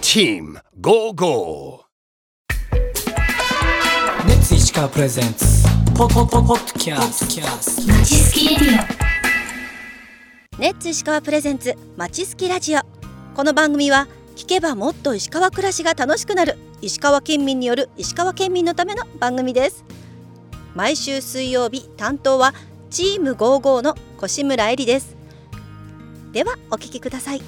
Team Go Go! レッツ石川プレゼンツポポポポッドキャストちすきレディネッツ石川プレゼンツまちすきラジオこの番組は聞けばもっと石川暮らしが楽しくなる石川県民による石川県民のための番組です毎週水曜日担当はチーム55の越村恵里ですではお聞きください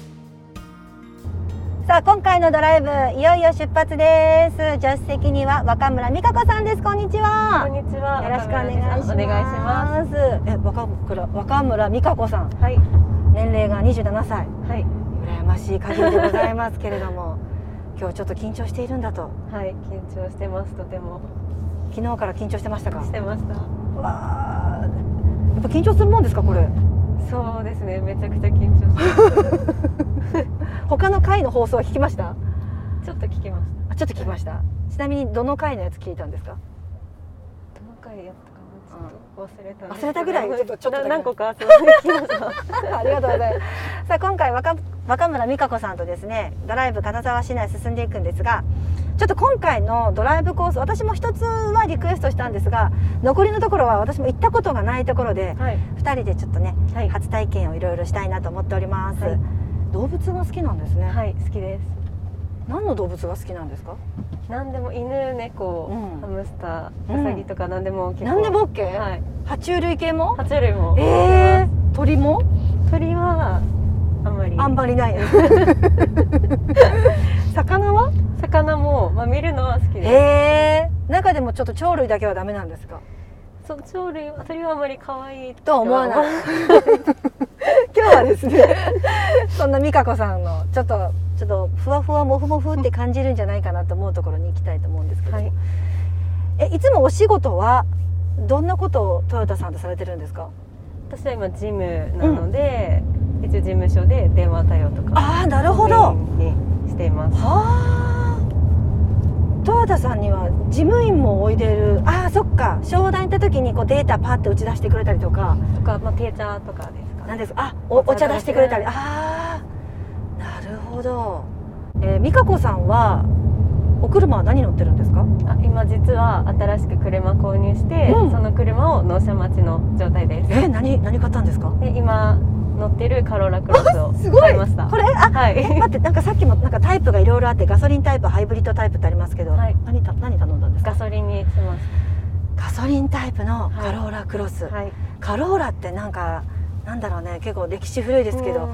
さあ今回のドライブいよいよ出発です助手席には若村美香子さんですこんにちはこんにちは。よろしくお願いします。お願いしまえ、若村、若村美香子さん。はい年齢が27歳。す。はい。羨ましい限りでございますけれども。 今日ちょっと緊張しているんだと。はい。緊張してます。とても。昨日から緊張してましたか。してました。わあ。やっぱ緊張するもんですか、これ。そうですね。めちゃくちゃ緊張して ます。他の回の放送は聞きました。ちょっと聞きました。あちょっと聞きました。ちなみに、どの回のやつ聞いたんですか。どの回やったかな。ちょっと忘れたんですけど。忘れたぐらいちょっとちょっとだけな何個か忘れ てきました。 ありがとうございます。 さあ今回若若村美香子さんとですねドライブ金沢市内進んでいくんですがちょっと今回のドライブコース私も一つはリクエストしたんですが残りのところは私も行ったことがないところではい。 2人でちょっとね、はい初体験をいろいろしたいなと思っております、はい動物が好きなんですね、はい。好きです。何の動物が好きなんですか何でも犬、猫、うんハムスタうー、んウサギとか何でも結構。何でも OK、はい。爬虫類系も爬虫類も。えー、鳥も鳥はあんまり。あんまり ない魚は魚もまあ見るのは好きです。えー、中でもちょっと鳥類だけはダメなんですかそう鳥類は鳥はあんまり可愛いとは思わない今日はですね そんな美香子さんのちょっとちょっとふわふわもふもふって感じるんじゃないかなと思うところに行きたいと思うんですけども、はいえいつもお仕事はどんなことをトヨタさんとされてるんですか私は今ジムなので、一応事務所で電話対応とかああなるほどはメインにしていますあトヨタさんには事務員もおいでるああそっか商談行った時にこうデータパッて打ち出してくれたりとかとか、まあ、テーチャーとかですかなねんですあおお茶出してくれたりあーなるほど、えー、美香子さんはお車は何乗ってるんですかあ今実は新しく車購入して、うんその車を納車待ちの状態ですえー、何何買ったんですかで今乗ってるカローラクロスをすごい買いましたこれあ はいえ待ってなんかさっきもなんかタイプがいろいろあってガソリンタイプハイブリッドタイプってありますけど、はい何た何頼んだんですかガソリンにしましガソリンタイプはのいカローラクロス、たはいカローラってなんかなんだろうね結構歴史古いでですけど、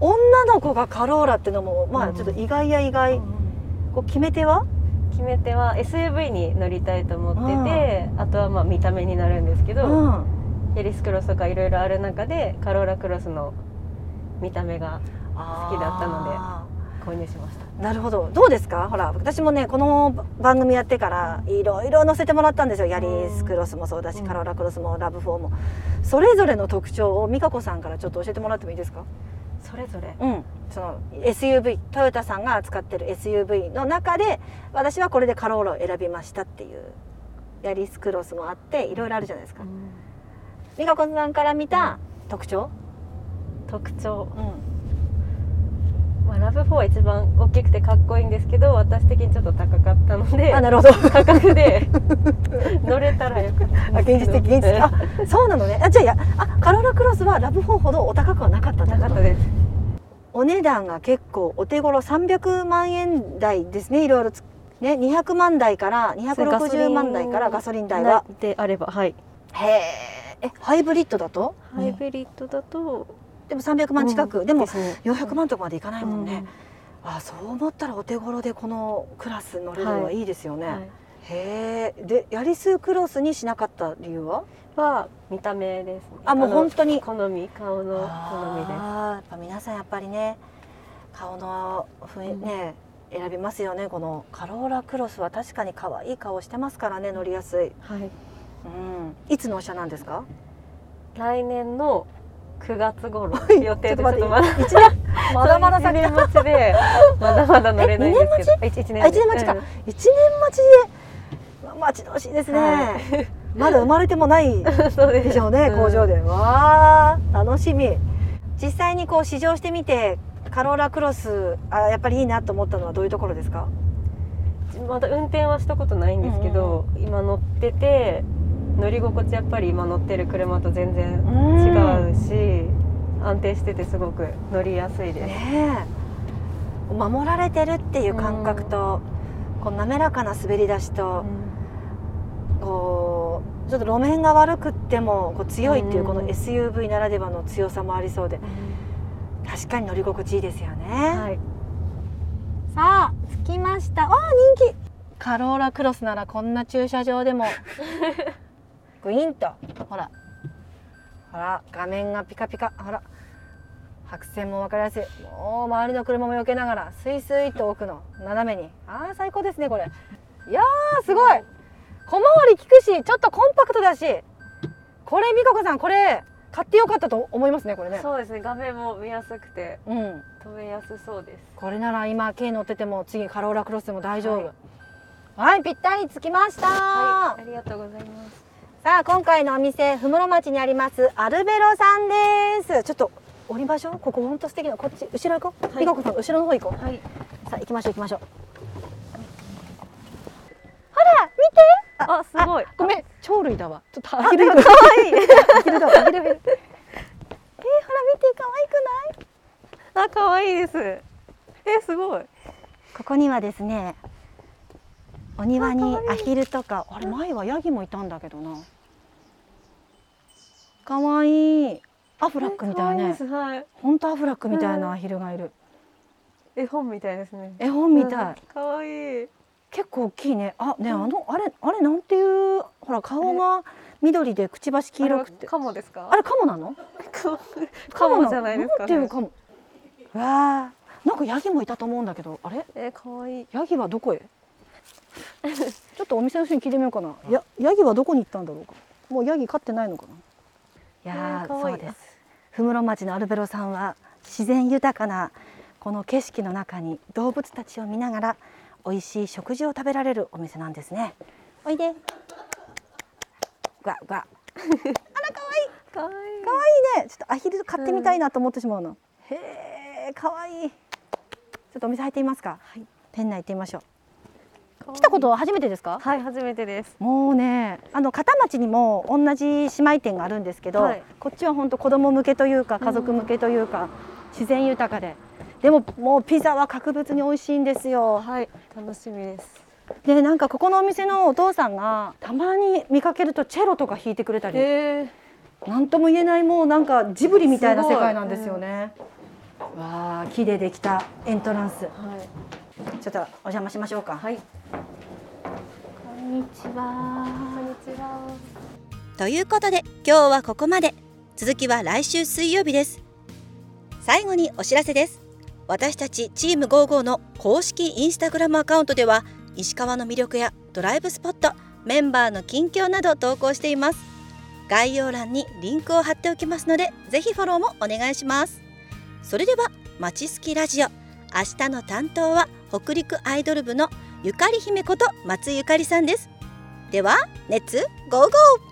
女の子がカローラってのもまあうんちょっと意外や意外、こう決め手は決め手は SUV に乗りたいと思ってて、あとはまあ見た目になるんですけど、うんヤリスクロスとかいろいろある中でカローラクロスの見た目が好きだったのであー購入しましたなるほどどうですかほら私もねこの番組やってからいろいろ載せてもらったんですよヤリスクロスもそうだし、うんカローラクロスもラブフォーもそれぞれの特徴を美香子さんからちょっと教えてもらってもいいですかそれぞれうんその SUV トヨタさんが扱ってる SUV の中で私はこれでカローラを選びましたっていうヤリスクロスもあっていろいろあるじゃないですか、美香子さんから見た特徴、特徴、うん、まあ、ラブ4は一番大きくてかっこいいんですけど私的にちょっと高かったのであなるほど価格 で乗れたらよかったあん現です実けど的現実的あそうなのねあじゃあいやあカローラクロスはラブフォーほどお高くはなかったってなことかったですお値段が結構お手頃300万円台ですねいろいろつね200万台から260万台からガソリン代はであればはいへーえハイブリッドだと、ハイブリッドだと、でも300万近く、でもすね400万とかまでいかないもんね、、あそう思ったらお手頃でこのクラス乗れるのははいいいですよね、うんはいへえでヤリスクロスにしなかった理由はは見た目です、ね、あもう本当に好み顔の好みですあーやっぱ皆さんやっぱりね顔の雰囲うんね、選びますよねこのカローラクロスは確かに可愛い顔してますからね乗りやすい、はいうん、いつ納車なんですか来年の9月頃予定でちょっとまだ一年まだま だ1先年待ちでまだまだ乗れないんですけどあ一一あ一年待ちかうん一年待ちでま待ち遠しいですね、は まだ生まれてもないそうですでしょうね、ん工場でわあ楽しみ実際にこう試乗してみてカローラクロスあやっぱりいいなと思ったのはどういうところですかまだ運転はしたことないんですけど、今乗ってて乗り心地やっぱり今乗ってる車と全然違うし、安定しててすごく乗りやすいです、ねえ守られてるっていう感覚と、こう滑らかな滑り出しと、こうちょっと路面が悪くってもこう強いっていううんこの SUV ならではの強さもありそうで確かに乗り心地いいですよね、はいさあ着きましたあー人気カローラクロスならこんな駐車場 でもグイーンとほらほら画面がピカピカほら白線も分かりやすいもう周りの車も避けながらスイスイと奥の斜めにあー最高ですねこれいやーすごい小回り効くしちょっとコンパクトだしこれ美香子さんこれ買ってよかったと思いますねこれねそうですね画面も見やすくてうん止めやすそうですこれなら今軽乗ってても次カローラクロスでも大丈夫ははい、ぴったり着きました、はいありがとうございますさあ今回のお店ふむろ町にありますアルベロさんですちょっと降りましょうここ本当素敵なこっち後ろ行こう、はい美香子さん後ろの方行こはいうさあ行きましょう行きましょうあすごいごめん鳥類だわちょっとアヒルだわ 可愛いアヒルだわアヒルアヒルえー、ほら見て可愛くないあ可愛いですえすごいここにはですねお庭にアヒルとかあれ前はヤギもいたんだけどなかわいいアフラックみたい可愛でねすはい本当アフラックみたいうんなアヒルがいる絵本みたいですね絵本みたい可愛い結構大きいねあねあのあれあれなんていうほら顔が緑でくちばし黄色くてカモですかあれカモなのカなモのじゃないですか、ね、んていうカモわあなんかヤギもいたと思うんだけどあれえ可愛いヤギはど こへちょっとお店の人に聞いてみようかなやヤギはどこに行ったんだろうかもうヤギ飼ってないのかないやーね可愛いそうですふむろ町のアルベロさんは自然豊かなこの景色の中に動物たちを見ながら美味しい食事を食べられるお店なんですねおいでわわ可愛い可愛いねちょっとアヒル買ってみたいなと思ってしまうの、へえ可愛いちょっとお店入ってみますか、店内行ってみましょう可愛い来たことは初めてですかはい初めてですもうねあの片町にも同じ姉妹店があるんですけど、はいこっちは本当子供向けというか家族向けというか、自然豊かででももうピザは格別に美味しいんですよはい楽しみですでなんかここのお店のお父さんがたまに見かけるとチェロとか弾いてくれたりえなんとも言えないもうなんかジブリみたいな世界なんですよね、わあ木でできたエントランスはいちょっとお邪魔しましょうか、はいこんにちはこんにちはということで今日はここまで続きは来週水曜日です最後にお知らせです私たちチーム55の公式インスタグラムアカウントでは石川の魅力やドライブスポットメンバーの近況など投稿しています概要欄にリンクを貼っておきますのでぜひフォローもお願いしますそれではまちすきラジオ明日の担当は北陸アイドル部のゆかり姫こと松井ゆかりさんですでは熱ゴーゴー